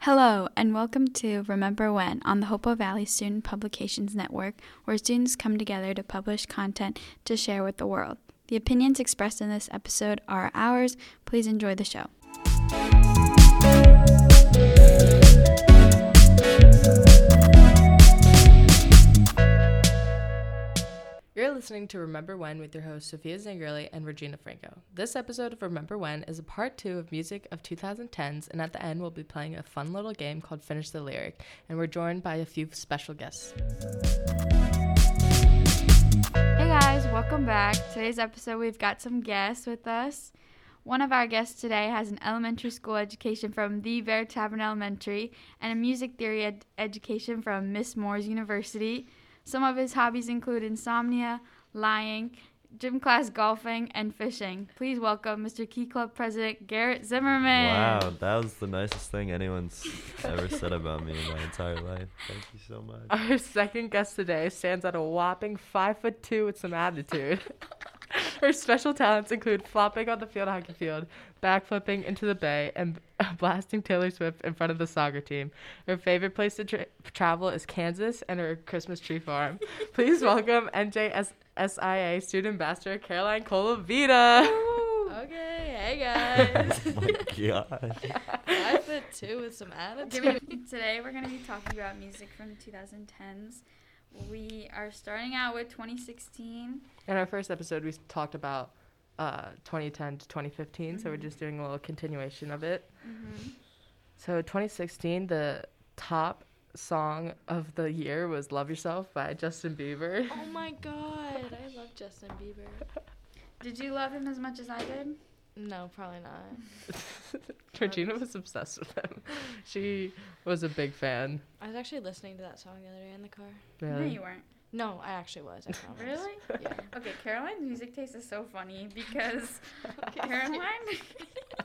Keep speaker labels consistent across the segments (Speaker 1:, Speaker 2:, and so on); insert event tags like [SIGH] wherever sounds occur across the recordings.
Speaker 1: Hello, and welcome to Remember When on the Hopo Valley Student Publications Network, where students come together to publish content to share with the world. The opinions expressed in this episode are ours. Please enjoy the show.
Speaker 2: You're listening to Remember When with your hosts Sophia Zangrilli and Regina Franco. This episode of Remember When is a part two of music of 2010s, and at the end, we'll be playing a fun little game called Finish the Lyric, and we're joined by a few special guests.
Speaker 1: Hey guys, welcome back. Today's episode, we've got some guests with us. One of our guests today has an elementary school education from the Bear Tavern Elementary and a music theory ed- education from Miss Moore's University. Some of his hobbies include insomnia, lying, gym class golfing, and fishing. Please welcome Mr. Key Club President Garrett Zimmerman.
Speaker 3: Wow, that was the nicest thing anyone's ever said about me in my entire life. Thank you
Speaker 1: [LAUGHS]
Speaker 3: so much.
Speaker 2: [LAUGHS]
Speaker 3: [LAUGHS]
Speaker 2: Our second guest today stands at a whopping five foot two with some attitude. [LAUGHS] Her special talents include flopping on the field hockey field, backflipping into the bay, and [LAUGHS] blasting Taylor Swift in front of the soccer team. Her favorite place to tra- travel is Kansas and her Christmas tree farm. [LAUGHS] Please welcome NJSIA student ambassador Caroline Colavita. [LAUGHS]
Speaker 3: [LAUGHS]
Speaker 4: Okay, hey
Speaker 3: Oh
Speaker 4: guys. [LAUGHS]
Speaker 3: my god.
Speaker 4: Five foot two with some [LAUGHS] attitude.
Speaker 1: [LAUGHS] Today we're going to be talking about music from 2010s. We are starting out with 2016.
Speaker 2: In our first episode, we talked about uh, 2010 to 2015, so
Speaker 1: Mm-hmm.
Speaker 2: we're just doing a little continuation of it. So 2016, the top song of the year was "Love Yourself" by Justin Bieber. [LAUGHS]
Speaker 4: Oh my god, I love Justin Bieber.
Speaker 1: Did you love him as much as I did?
Speaker 4: No, probably not.
Speaker 2: Regina was obsessed with him. She was a big fan.
Speaker 4: I was actually listening to that song the other day in the car.
Speaker 1: No,
Speaker 2: Really.
Speaker 1: you weren't.
Speaker 4: No, I actually was. I promise.
Speaker 1: Really?
Speaker 4: Yeah.
Speaker 3: [LAUGHS]
Speaker 1: Okay, Caroline's music taste is so funny
Speaker 2: [LAUGHS]
Speaker 1: because Caroline [LAUGHS]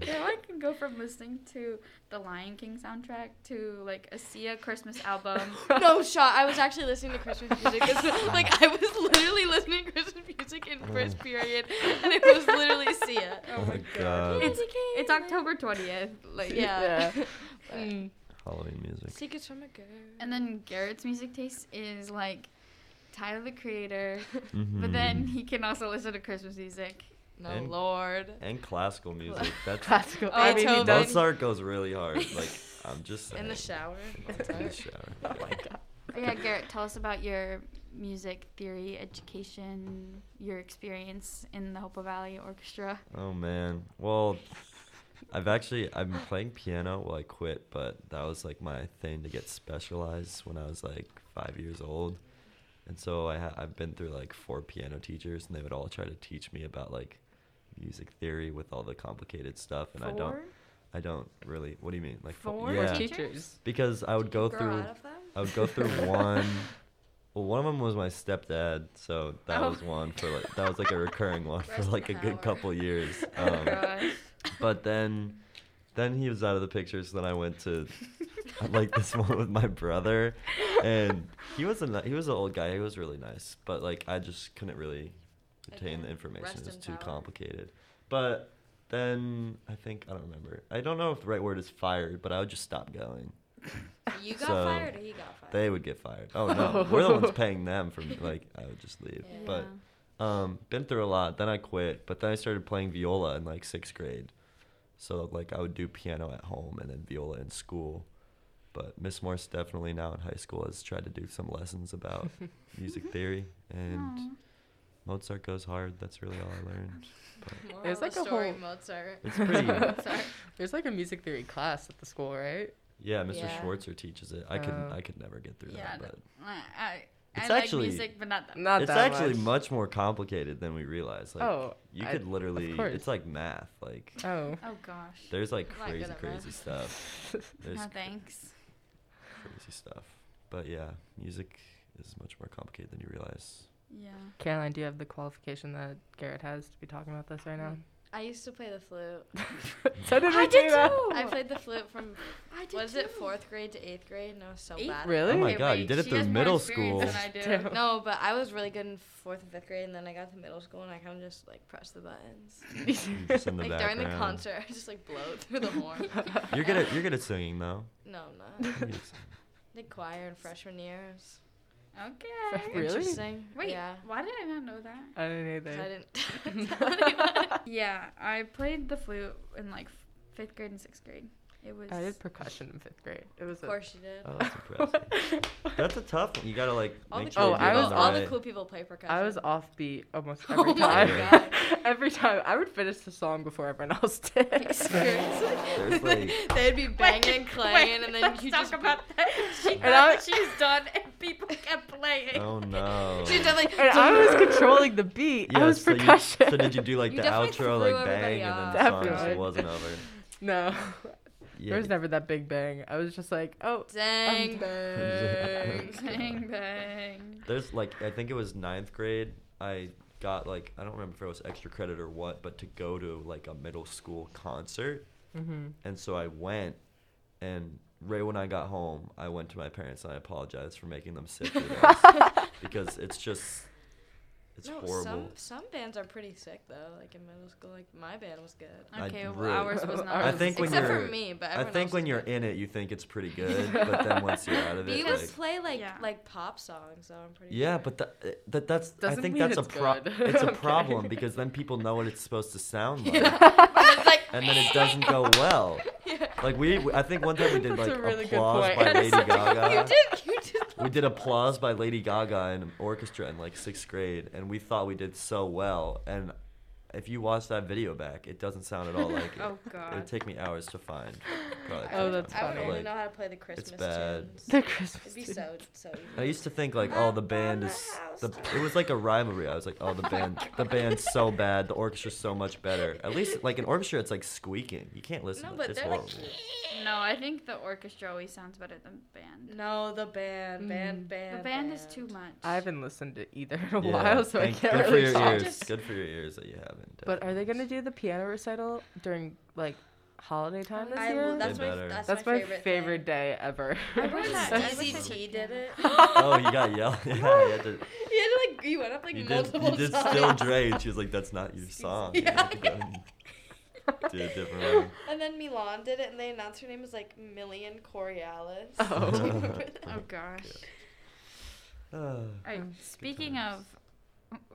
Speaker 1: Caroline can go from listening to the Lion King soundtrack to like a Sia Christmas album.
Speaker 4: No shot. I was actually listening to Christmas music. [LAUGHS] 'cause, like I was literally listening to Christmas music in
Speaker 3: Mm.
Speaker 4: first period, and it was literally Sia.
Speaker 3: Oh my god.
Speaker 1: It's it's October twentieth. Like
Speaker 2: Yeah.
Speaker 4: Yeah. [LAUGHS] But-
Speaker 2: [LAUGHS] Mm.
Speaker 3: Halloween music.
Speaker 4: Secrets from a girl.
Speaker 1: And then Garrett's music taste is like Tyler the Creator,
Speaker 3: Mhm.
Speaker 1: but then he can also listen to Christmas music.
Speaker 4: [LAUGHS] no
Speaker 3: and-
Speaker 4: lord.
Speaker 3: and classical
Speaker 1: [LAUGHS]
Speaker 3: music.
Speaker 4: [LAUGHS]
Speaker 3: That's
Speaker 2: Classical.
Speaker 4: Oh,
Speaker 2: I mean, he
Speaker 4: Beethoven.
Speaker 2: does.
Speaker 3: Mozart goes really hard. Like I'm just saying.
Speaker 4: In the
Speaker 3: [LAUGHS]
Speaker 4: shower.
Speaker 3: In
Speaker 4: [LAUGHS]
Speaker 3: the shower.
Speaker 2: Oh my god.
Speaker 1: But yeah, Garrett, tell us about your music theory education, your experience in the Hopo Valley Orchestra.
Speaker 3: Oh man. Well, [LAUGHS] I've actually I've been playing piano. Well, I quit, but that was like my thing to get specialized when I was like five years old, and so I ha- I've been through like four piano teachers, and they would all try to teach me about like music theory with all the complicated stuff, and I don't I don't really. What do you mean? Like fo-
Speaker 1: Four
Speaker 2: We're
Speaker 3: yeah,
Speaker 1: teachers?
Speaker 2: teachers.
Speaker 3: because I would go through I would
Speaker 1: [LAUGHS]
Speaker 3: go through one. Well, one of them was my stepdad, so that
Speaker 1: Oh.
Speaker 3: was one for like that was like a recurring one for
Speaker 4: Rest in
Speaker 3: like a good
Speaker 4: power.
Speaker 3: couple
Speaker 4: [LAUGHS]
Speaker 1: [LAUGHS]
Speaker 3: years.
Speaker 1: Oh
Speaker 3: Um, [LAUGHS]
Speaker 1: gosh.
Speaker 3: but then then he was out of the picture so then i went to like this [LAUGHS] one with my brother and he was a ni- he was an old guy he was really nice but like i just couldn't really retain the
Speaker 4: Again,
Speaker 3: information
Speaker 4: rest
Speaker 3: it was
Speaker 4: in
Speaker 3: too
Speaker 4: power.
Speaker 3: complicated but then i think i don't remember i don't know if the right word is fired but i would just stop going
Speaker 4: You got
Speaker 3: So,
Speaker 4: fired or he got fired?
Speaker 3: they would get fired oh no
Speaker 4: [LAUGHS]
Speaker 3: we're the
Speaker 2: Oh.
Speaker 3: ones paying them for like i would just leave
Speaker 4: Yeah.
Speaker 3: but um, been through a lot. Then I quit, but then I started playing viola in like sixth grade. So like I would do piano at home and then viola in school. But Miss Morse definitely now in high school has tried to do some
Speaker 2: [LAUGHS]
Speaker 3: lessons about music theory and
Speaker 1: Aw.
Speaker 3: Mozart goes hard. That's really all
Speaker 2: [LAUGHS]
Speaker 3: I learned.
Speaker 4: Moral
Speaker 2: There's
Speaker 4: of the
Speaker 2: like a
Speaker 4: story,
Speaker 2: whole-
Speaker 4: Mozart.
Speaker 1: [LAUGHS]
Speaker 3: It's
Speaker 2: [LAUGHS]
Speaker 3: pretty.
Speaker 4: Mozart.
Speaker 2: There's like a music theory class at the school, right?
Speaker 3: Yeah, Mr.
Speaker 4: Yeah.
Speaker 3: Schwartzer teaches it. I could
Speaker 2: Oh.
Speaker 3: I could never get through
Speaker 1: Yeah,
Speaker 3: that. But
Speaker 1: I, I, I
Speaker 3: It's
Speaker 1: like
Speaker 3: actually-
Speaker 1: music, but not that.
Speaker 2: Not
Speaker 3: it's
Speaker 2: that
Speaker 3: actually
Speaker 2: much.
Speaker 3: much more complicated than we realize. Like
Speaker 2: oh.
Speaker 3: you
Speaker 2: I-
Speaker 3: could literally
Speaker 2: course.
Speaker 3: it's like math. Like
Speaker 2: [LAUGHS] Oh.
Speaker 1: Oh gosh.
Speaker 3: there's like
Speaker 4: I'm not
Speaker 3: crazy
Speaker 4: good at math.
Speaker 3: crazy
Speaker 4: [LAUGHS]
Speaker 3: stuff. There's
Speaker 1: No thanks.
Speaker 3: crazy stuff. But yeah, music is much more complicated than you realize.
Speaker 1: Yeah.
Speaker 2: Caroline, do you have the qualification that Garrett has to be talking about this right now?
Speaker 4: I used to play the [LAUGHS] flute.
Speaker 2: [LAUGHS] so Mm. did
Speaker 1: I did
Speaker 2: Regina.
Speaker 1: too.
Speaker 4: I played the flute [LAUGHS] from
Speaker 1: I did
Speaker 4: was it
Speaker 1: too.
Speaker 4: fourth grade to eighth grade? No, so
Speaker 1: Eighth
Speaker 4: bad.
Speaker 2: Really?
Speaker 3: Oh my
Speaker 4: Okay,
Speaker 3: god, you
Speaker 4: wait,
Speaker 3: did it
Speaker 4: she
Speaker 3: through
Speaker 4: has more
Speaker 3: middle school.
Speaker 4: experience than
Speaker 1: I do.
Speaker 2: Damn.
Speaker 4: No, but I was really good in fourth and fifth grade, and then I got to middle school, and I kind of just like press the buttons.
Speaker 3: Just
Speaker 4: [LAUGHS]
Speaker 3: in the [LAUGHS]
Speaker 4: like
Speaker 3: background.
Speaker 4: during the concert, I just like blow through [LAUGHS] the horn.
Speaker 3: You're good at you're good at singing though.
Speaker 4: no, I'm not.
Speaker 3: [LAUGHS] You're good at singing.
Speaker 4: Did choir in freshman year. It's
Speaker 1: [LAUGHS] Okay.
Speaker 2: Really?
Speaker 4: Interesting.
Speaker 1: Wait,
Speaker 4: Yeah.
Speaker 1: why did I not know that?
Speaker 2: I didn't
Speaker 4: 'Cause
Speaker 2: either.
Speaker 4: I didn't [LAUGHS] tell anyone.
Speaker 1: Yeah, I played the flute in like f- fifth grade and sixth grade. It was.
Speaker 2: I did percussion in fifth grade. It was
Speaker 4: Of course you did.
Speaker 3: Oh, that's impressive. That's a tough one. You gotta like
Speaker 4: [LAUGHS] All the,
Speaker 3: make
Speaker 4: cool
Speaker 2: Oh,
Speaker 3: sure you do
Speaker 2: I
Speaker 3: it
Speaker 4: people-
Speaker 2: was-
Speaker 3: on the
Speaker 4: all the
Speaker 3: right-
Speaker 4: cool people play percussion.
Speaker 2: I was
Speaker 4: [LAUGHS]
Speaker 2: offbeat almost
Speaker 4: Oh
Speaker 2: every
Speaker 4: my
Speaker 2: time.
Speaker 4: God.
Speaker 2: [LAUGHS] every time. I would finish the song before everyone else did.
Speaker 3: There's like-
Speaker 4: [LAUGHS] They'd be banging, clanging, and then
Speaker 1: let's
Speaker 4: you
Speaker 1: talk
Speaker 4: just
Speaker 1: about
Speaker 4: [LAUGHS]
Speaker 1: that. She
Speaker 2: And I-
Speaker 1: thought that she was done, and people kept playing.
Speaker 4: [LAUGHS]
Speaker 3: Oh no.
Speaker 4: She did like.
Speaker 2: and I was controlling the beat.
Speaker 3: Yeah,
Speaker 2: I was
Speaker 3: so you-
Speaker 2: percussion.
Speaker 3: so did you do like
Speaker 4: [LAUGHS] You
Speaker 3: the
Speaker 4: definitely
Speaker 3: outro,
Speaker 4: threw
Speaker 3: like
Speaker 4: everybody
Speaker 3: bang, and then the
Speaker 2: off.
Speaker 3: song
Speaker 2: Definitely.
Speaker 3: still wasn't
Speaker 4: [LAUGHS]
Speaker 3: over?
Speaker 2: [LAUGHS] No.
Speaker 3: [LAUGHS] Yeah.
Speaker 2: There was never that big bang. I was just like, oh,
Speaker 3: Yeah.
Speaker 4: Dang,
Speaker 1: [LAUGHS]
Speaker 4: bang.
Speaker 3: [LAUGHS]
Speaker 1: Bang bang.
Speaker 3: There's like I think it was ninth grade. I got like I don't remember if it was extra credit or what, but to go to like a middle school concert,
Speaker 2: mm-hmm.
Speaker 3: and so I went. And right when I got home, I went to my parents and I apologized for making them sick
Speaker 2: [LAUGHS]
Speaker 3: with us, because it's just it's
Speaker 4: no,
Speaker 3: horrible.
Speaker 4: some some bands are pretty sick though. Like in middle school, like my band was good.
Speaker 3: I
Speaker 1: Okay, well,
Speaker 3: really-
Speaker 1: ours was not.
Speaker 3: [LAUGHS] I think when
Speaker 4: Except
Speaker 3: you're,
Speaker 4: for me, but
Speaker 3: I
Speaker 4: everyone
Speaker 3: think
Speaker 4: else
Speaker 3: when
Speaker 4: is
Speaker 3: you're
Speaker 4: good.
Speaker 3: in it, you think it's
Speaker 4: [LAUGHS]
Speaker 3: pretty good, but then once you're out of
Speaker 4: But you
Speaker 3: it,
Speaker 4: guys
Speaker 3: like
Speaker 4: play like
Speaker 1: Yeah.
Speaker 4: like pop songs though. I'm pretty
Speaker 3: yeah,
Speaker 4: sure. [LAUGHS]
Speaker 3: but that that that's
Speaker 2: Doesn't
Speaker 3: I think
Speaker 2: mean
Speaker 3: that's a
Speaker 2: it's
Speaker 3: pro-
Speaker 2: good. [LAUGHS]
Speaker 3: it's a
Speaker 2: Okay.
Speaker 3: problem because then people know what it's supposed to
Speaker 4: [LAUGHS]
Speaker 3: sound like.
Speaker 4: it's like
Speaker 3: and then it doesn't go
Speaker 4: [LAUGHS]
Speaker 3: well. Like we, we- I think
Speaker 2: [LAUGHS]
Speaker 3: one time we did
Speaker 2: That's
Speaker 3: like
Speaker 2: a really good
Speaker 3: applause
Speaker 2: point.
Speaker 3: by
Speaker 4: [LAUGHS]
Speaker 3: Lady
Speaker 4: you
Speaker 3: Gaga.
Speaker 4: did you did. [LAUGHS]
Speaker 3: We did applause by Lady Gaga in an orchestra in like sixth grade, and we thought we did so well. And if you watch that video back, it doesn't sound at all like
Speaker 4: [LAUGHS]
Speaker 3: it.
Speaker 1: Oh
Speaker 3: It'd
Speaker 1: god.
Speaker 3: take me hours to find. probably.
Speaker 2: Oh, that's
Speaker 4: I would
Speaker 2: funny.
Speaker 4: only
Speaker 3: Like,
Speaker 4: know how to play the Christmas
Speaker 3: bad.
Speaker 4: tunes.
Speaker 2: the Christmas.
Speaker 4: It'd be
Speaker 2: tree.
Speaker 4: so so
Speaker 3: I
Speaker 4: easy.
Speaker 3: used to think like, oh, the band is the. It was like a rivalry. I was like,
Speaker 4: [LAUGHS]
Speaker 3: oh, the band, the band's so bad, the orchestra's so much better. At least like an orchestra, it's like squeaking. You can't listen.
Speaker 4: No,
Speaker 3: to
Speaker 4: but
Speaker 3: it. It's
Speaker 4: they're
Speaker 3: horrible.
Speaker 4: like.
Speaker 2: [LAUGHS]
Speaker 1: No, I think the orchestra always sounds better than band.
Speaker 4: No, the band, band,
Speaker 2: Mm.
Speaker 4: band.
Speaker 1: The band is too much.
Speaker 2: I haven't listened to either in a
Speaker 3: Yeah,
Speaker 2: while, so I
Speaker 3: thank-
Speaker 2: can't
Speaker 3: good
Speaker 2: really
Speaker 3: for your
Speaker 2: talk.
Speaker 3: ears.
Speaker 1: Just-
Speaker 3: Good for your ears that you haven't.
Speaker 2: But are they gonna
Speaker 3: definitely.
Speaker 2: do the piano recital during like holiday time this
Speaker 4: I,
Speaker 2: year?
Speaker 4: well, that's,
Speaker 3: They
Speaker 4: my,
Speaker 3: better.
Speaker 4: that's,
Speaker 2: That's
Speaker 4: my, favorite, thing.
Speaker 2: day ever.
Speaker 1: I
Speaker 2: [LAUGHS]
Speaker 1: remember that-
Speaker 4: When
Speaker 1: I wish
Speaker 3: [LAUGHS]
Speaker 1: I
Speaker 4: DZT
Speaker 1: could
Speaker 4: did
Speaker 1: piano.
Speaker 4: it.
Speaker 3: Oh, you got yelled. [LAUGHS] Yeah, you had to.
Speaker 4: [LAUGHS] You had to, like you went up like
Speaker 3: you did.
Speaker 4: multiple
Speaker 3: You
Speaker 4: [LAUGHS]
Speaker 3: did
Speaker 4: times.
Speaker 3: still Dre, and she was like, "That's not your
Speaker 4: Excuse [LAUGHS]
Speaker 3: song."
Speaker 4: me.
Speaker 3: You had to go and do a
Speaker 4: [LAUGHS]
Speaker 3: different one.
Speaker 4: And then Milan did it, and they announced her name as like Million Coriolis. [LAUGHS]
Speaker 2: Oh.
Speaker 4: Do you remember that?
Speaker 1: [LAUGHS] Oh gosh.
Speaker 3: Ah,
Speaker 1: All right.
Speaker 2: Mm.
Speaker 1: Speaking of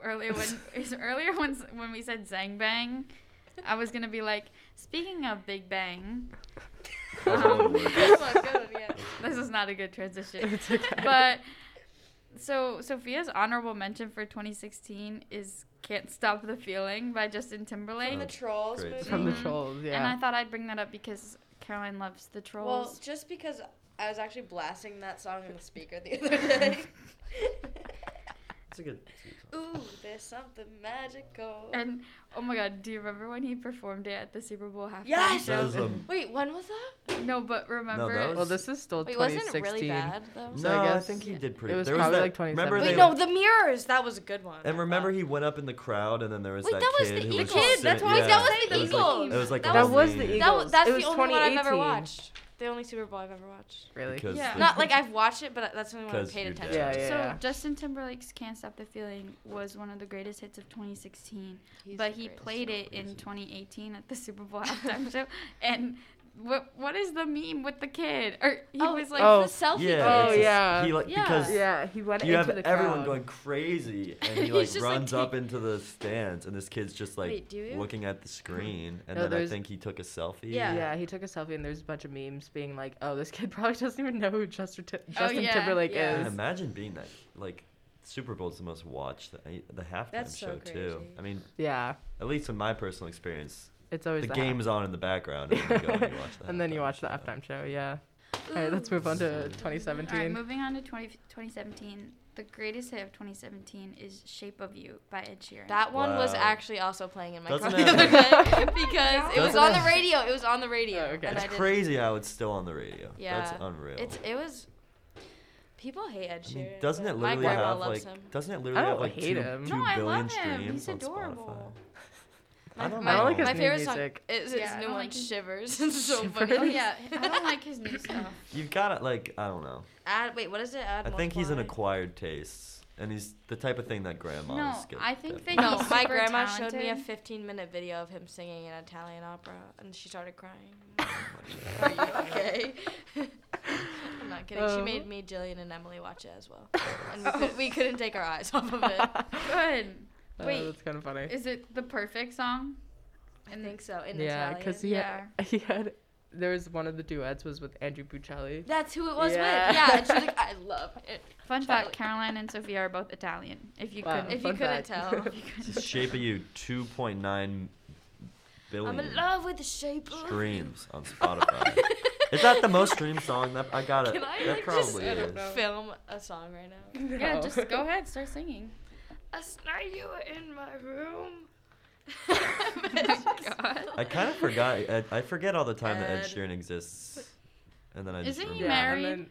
Speaker 1: earlier when [LAUGHS] is earlier when when we said Zang Bang, I was gonna be like, speaking of Big Bang,
Speaker 3: that's really
Speaker 2: [LAUGHS]
Speaker 1: Um,
Speaker 3: weird.
Speaker 4: Good one, good one, yeah.
Speaker 1: this is not a good transition.
Speaker 2: It's okay.
Speaker 1: But so Sophia's honorable mention for 2016 is "Can't Stop the Feeling" by Justin
Speaker 4: From
Speaker 1: Timberlake,
Speaker 3: Oh,
Speaker 4: the Trolls
Speaker 3: Great
Speaker 4: movie. Mm-hmm.
Speaker 3: song.
Speaker 2: from the
Speaker 1: Mhm.
Speaker 2: trolls,
Speaker 1: and I
Speaker 2: yeah.
Speaker 1: thought I'd bring that up because Caroline loves the trolls.
Speaker 4: Well, just because I was actually blasting that song in the speaker the other day.
Speaker 1: [LAUGHS]
Speaker 4: [LAUGHS]
Speaker 3: It's a good. it's a good song.
Speaker 4: Ooh, there's something magical.
Speaker 1: and oh my God, do you remember when he performed it at the Super Bowl halftime
Speaker 4: Yes!
Speaker 3: That
Speaker 1: show?
Speaker 3: was a-
Speaker 4: Wait, when was that?
Speaker 1: No, but remember,
Speaker 3: that was-
Speaker 2: well, this is still
Speaker 4: Wait, wasn't
Speaker 2: 2016.
Speaker 4: it really bad though?
Speaker 3: no,
Speaker 2: So I
Speaker 3: I,
Speaker 2: guess-
Speaker 3: think he did pretty.
Speaker 2: It was
Speaker 3: there was
Speaker 2: probably
Speaker 3: that,
Speaker 2: like 27.
Speaker 3: Remember
Speaker 4: Wait,
Speaker 3: they,
Speaker 4: no, the mirrors. That was a good one.
Speaker 3: And remember, he went up in the crowd, and then there was
Speaker 4: Wait,
Speaker 3: that,
Speaker 4: that was
Speaker 3: kid who
Speaker 4: the
Speaker 3: was
Speaker 4: Eagles.
Speaker 3: sitting-
Speaker 4: That's why I
Speaker 3: yeah,
Speaker 4: said that was the
Speaker 3: it like-
Speaker 4: Eagles.
Speaker 3: It was like
Speaker 4: That
Speaker 3: a
Speaker 4: was-
Speaker 2: That was the
Speaker 3: league.
Speaker 2: Eagles.
Speaker 4: That was, that's
Speaker 2: It was
Speaker 4: the only one I've ever
Speaker 2: 2018.
Speaker 4: watched. The only Super Bowl I've ever watched.
Speaker 2: Really?
Speaker 3: Because
Speaker 1: Yeah.
Speaker 3: the-
Speaker 4: Not like I've watched it, but that's the only one I've
Speaker 3: 'Cause
Speaker 4: paid
Speaker 3: you're
Speaker 4: attention.
Speaker 2: yeah,
Speaker 3: Yeah.
Speaker 2: yeah.
Speaker 1: So
Speaker 2: yeah.
Speaker 1: Justin Timberlake's "Can't Stop the Feeling" was one of the greatest hits of 2016,
Speaker 4: He's
Speaker 1: but
Speaker 4: the
Speaker 1: he
Speaker 4: greatest.
Speaker 1: played it in
Speaker 3: Crazy.
Speaker 1: 2018 at the Super Bowl [LAUGHS] halftime show. And what what is the meme with the kid? Or he
Speaker 4: Oh,
Speaker 1: was like,
Speaker 2: Oh.
Speaker 4: the selfie.
Speaker 3: Yeah.
Speaker 2: Oh,
Speaker 3: it's just-
Speaker 2: yeah.
Speaker 3: He like
Speaker 1: Yeah.
Speaker 3: because
Speaker 2: yeah, he went
Speaker 3: you
Speaker 2: into
Speaker 3: have
Speaker 2: the
Speaker 3: everyone
Speaker 2: crowd.
Speaker 3: going
Speaker 4: [LAUGHS]
Speaker 3: crazy, and he
Speaker 4: He's
Speaker 3: like
Speaker 4: just, like,
Speaker 3: runs up into the stands, and this kid's just like
Speaker 4: Wait, do you?
Speaker 3: looking at the screen, and
Speaker 2: No,
Speaker 3: then I
Speaker 2: there's-
Speaker 3: think he took a selfie.
Speaker 4: Yeah.
Speaker 2: Yeah. he took a selfie, and there's a bunch of memes being like, "Oh, this kid [LAUGHS] probably doesn't even know who Justin, Ti- Justin
Speaker 1: yeah,
Speaker 2: Timberlake
Speaker 4: Oh, yeah.
Speaker 3: And
Speaker 2: is."
Speaker 3: imagine being that like Super Bowl's the most watched the, the halftime
Speaker 4: That's so
Speaker 3: show too.
Speaker 4: crazy.
Speaker 3: I mean,
Speaker 2: Yeah,
Speaker 3: at least in my personal experience,
Speaker 2: it's always
Speaker 3: the
Speaker 2: that.
Speaker 3: game is on in the background, and then you go
Speaker 2: [LAUGHS]
Speaker 3: and you watch the
Speaker 2: and then you
Speaker 3: halftime
Speaker 2: watch the
Speaker 3: show.
Speaker 2: halftime show. Yeah. All right, let's move on to 2017.
Speaker 1: All right, moving on to 20, 2017. The greatest hit of 2017 is "Shape of You" by Ed Sheeran.
Speaker 4: That one was
Speaker 3: Wow.
Speaker 4: actually also playing in my
Speaker 3: Doesn't
Speaker 4: car the
Speaker 3: it-
Speaker 4: other day [LAUGHS] because it was
Speaker 3: Doesn't
Speaker 4: on
Speaker 3: it-
Speaker 4: the radio. It was on the radio.
Speaker 2: Oh, okay.
Speaker 4: and
Speaker 3: It's
Speaker 4: I didn't-
Speaker 3: crazy how it's still on the radio.
Speaker 4: Yeah.
Speaker 3: That's unreal.
Speaker 4: It's it was. People hate Ed
Speaker 3: I
Speaker 4: Sheeran.
Speaker 3: mean, doesn't it
Speaker 4: but my
Speaker 3: literally
Speaker 4: grandma
Speaker 3: have
Speaker 4: loves
Speaker 3: like
Speaker 4: him.
Speaker 3: doesn't it literally
Speaker 2: don't
Speaker 3: have like
Speaker 2: hate
Speaker 3: two,
Speaker 2: him.
Speaker 3: two
Speaker 1: No, I
Speaker 3: billion
Speaker 1: love him.
Speaker 3: streams
Speaker 4: [LAUGHS]
Speaker 1: He's
Speaker 3: on
Speaker 1: adorable.
Speaker 3: Spotify? I don't
Speaker 4: my,
Speaker 3: know.
Speaker 2: like his
Speaker 4: my
Speaker 2: new
Speaker 4: favorite
Speaker 2: music.
Speaker 4: song is his
Speaker 1: Yeah, I
Speaker 4: new
Speaker 1: don't
Speaker 4: one,
Speaker 1: like his-
Speaker 4: Shivers. [LAUGHS] it's so funny.
Speaker 2: Shivers?
Speaker 1: Oh yeah, I
Speaker 4: [LAUGHS]
Speaker 1: don't like his new stuff.
Speaker 3: You've got it. Like I don't know.
Speaker 4: Add, wait, what is it? Add
Speaker 3: I think he's an
Speaker 4: multiply?
Speaker 3: acquired taste, and he's the type of thing that grandmas
Speaker 1: No,
Speaker 3: get.
Speaker 1: I think
Speaker 3: definitely.
Speaker 1: that
Speaker 4: No,
Speaker 1: He's
Speaker 4: [LAUGHS] my
Speaker 1: super
Speaker 4: grandma showed me a
Speaker 1: talented.
Speaker 4: 15 minute video of him singing an Italian opera, and she started
Speaker 1: [LAUGHS]
Speaker 4: crying.
Speaker 3: Oh
Speaker 4: Are you okay? [LAUGHS]
Speaker 3: [LAUGHS]
Speaker 4: I'm not kidding. She
Speaker 2: Oh.
Speaker 1: Um.
Speaker 2: [LAUGHS]
Speaker 4: made me, Jillian, and Emily watch it as well, and we, could, we couldn't take our eyes off
Speaker 2: [LAUGHS]
Speaker 4: of it.
Speaker 1: Good.
Speaker 2: Oh,
Speaker 1: Wait.
Speaker 2: that's kind of funny.
Speaker 1: Is it the perfect song?
Speaker 4: I think so. In
Speaker 2: yeah,
Speaker 4: Italian.
Speaker 2: because he had [LAUGHS] he had there was one of the duets was with Andrew Bocelli.
Speaker 4: that's who it was
Speaker 2: Yeah.
Speaker 4: with. Yeah, and she was
Speaker 1: [LAUGHS]
Speaker 4: like, I love it.
Speaker 1: Fun
Speaker 4: Charlie.
Speaker 1: fact: Caroline and Sophia are both Italian. If you
Speaker 2: Wow.
Speaker 1: couldn't,
Speaker 4: If you
Speaker 2: fun
Speaker 4: couldn't
Speaker 2: fact.
Speaker 4: tell,
Speaker 3: my- Shape of You 2.9
Speaker 1: [LAUGHS]
Speaker 4: I'm in
Speaker 3: billion
Speaker 4: love with the shape of.
Speaker 3: streams
Speaker 4: [LAUGHS]
Speaker 3: on Spotify. [LAUGHS] Is that the most streamed song? That I got it.
Speaker 4: Can I
Speaker 3: that
Speaker 4: like
Speaker 3: probably
Speaker 4: just
Speaker 2: I don't
Speaker 3: is.
Speaker 2: know.
Speaker 4: film a song right now?
Speaker 1: yeah,
Speaker 2: No.
Speaker 1: just go ahead, start
Speaker 4: [LAUGHS]
Speaker 1: singing.
Speaker 4: I saw you in my [LAUGHS] room.
Speaker 1: God.
Speaker 3: I kind of forgot. I, I forget all the time that Ed
Speaker 4: Ed.
Speaker 3: Sheeran exists, and then I just
Speaker 1: Isn't he
Speaker 3: remember.
Speaker 2: Yeah,
Speaker 1: married?
Speaker 2: and then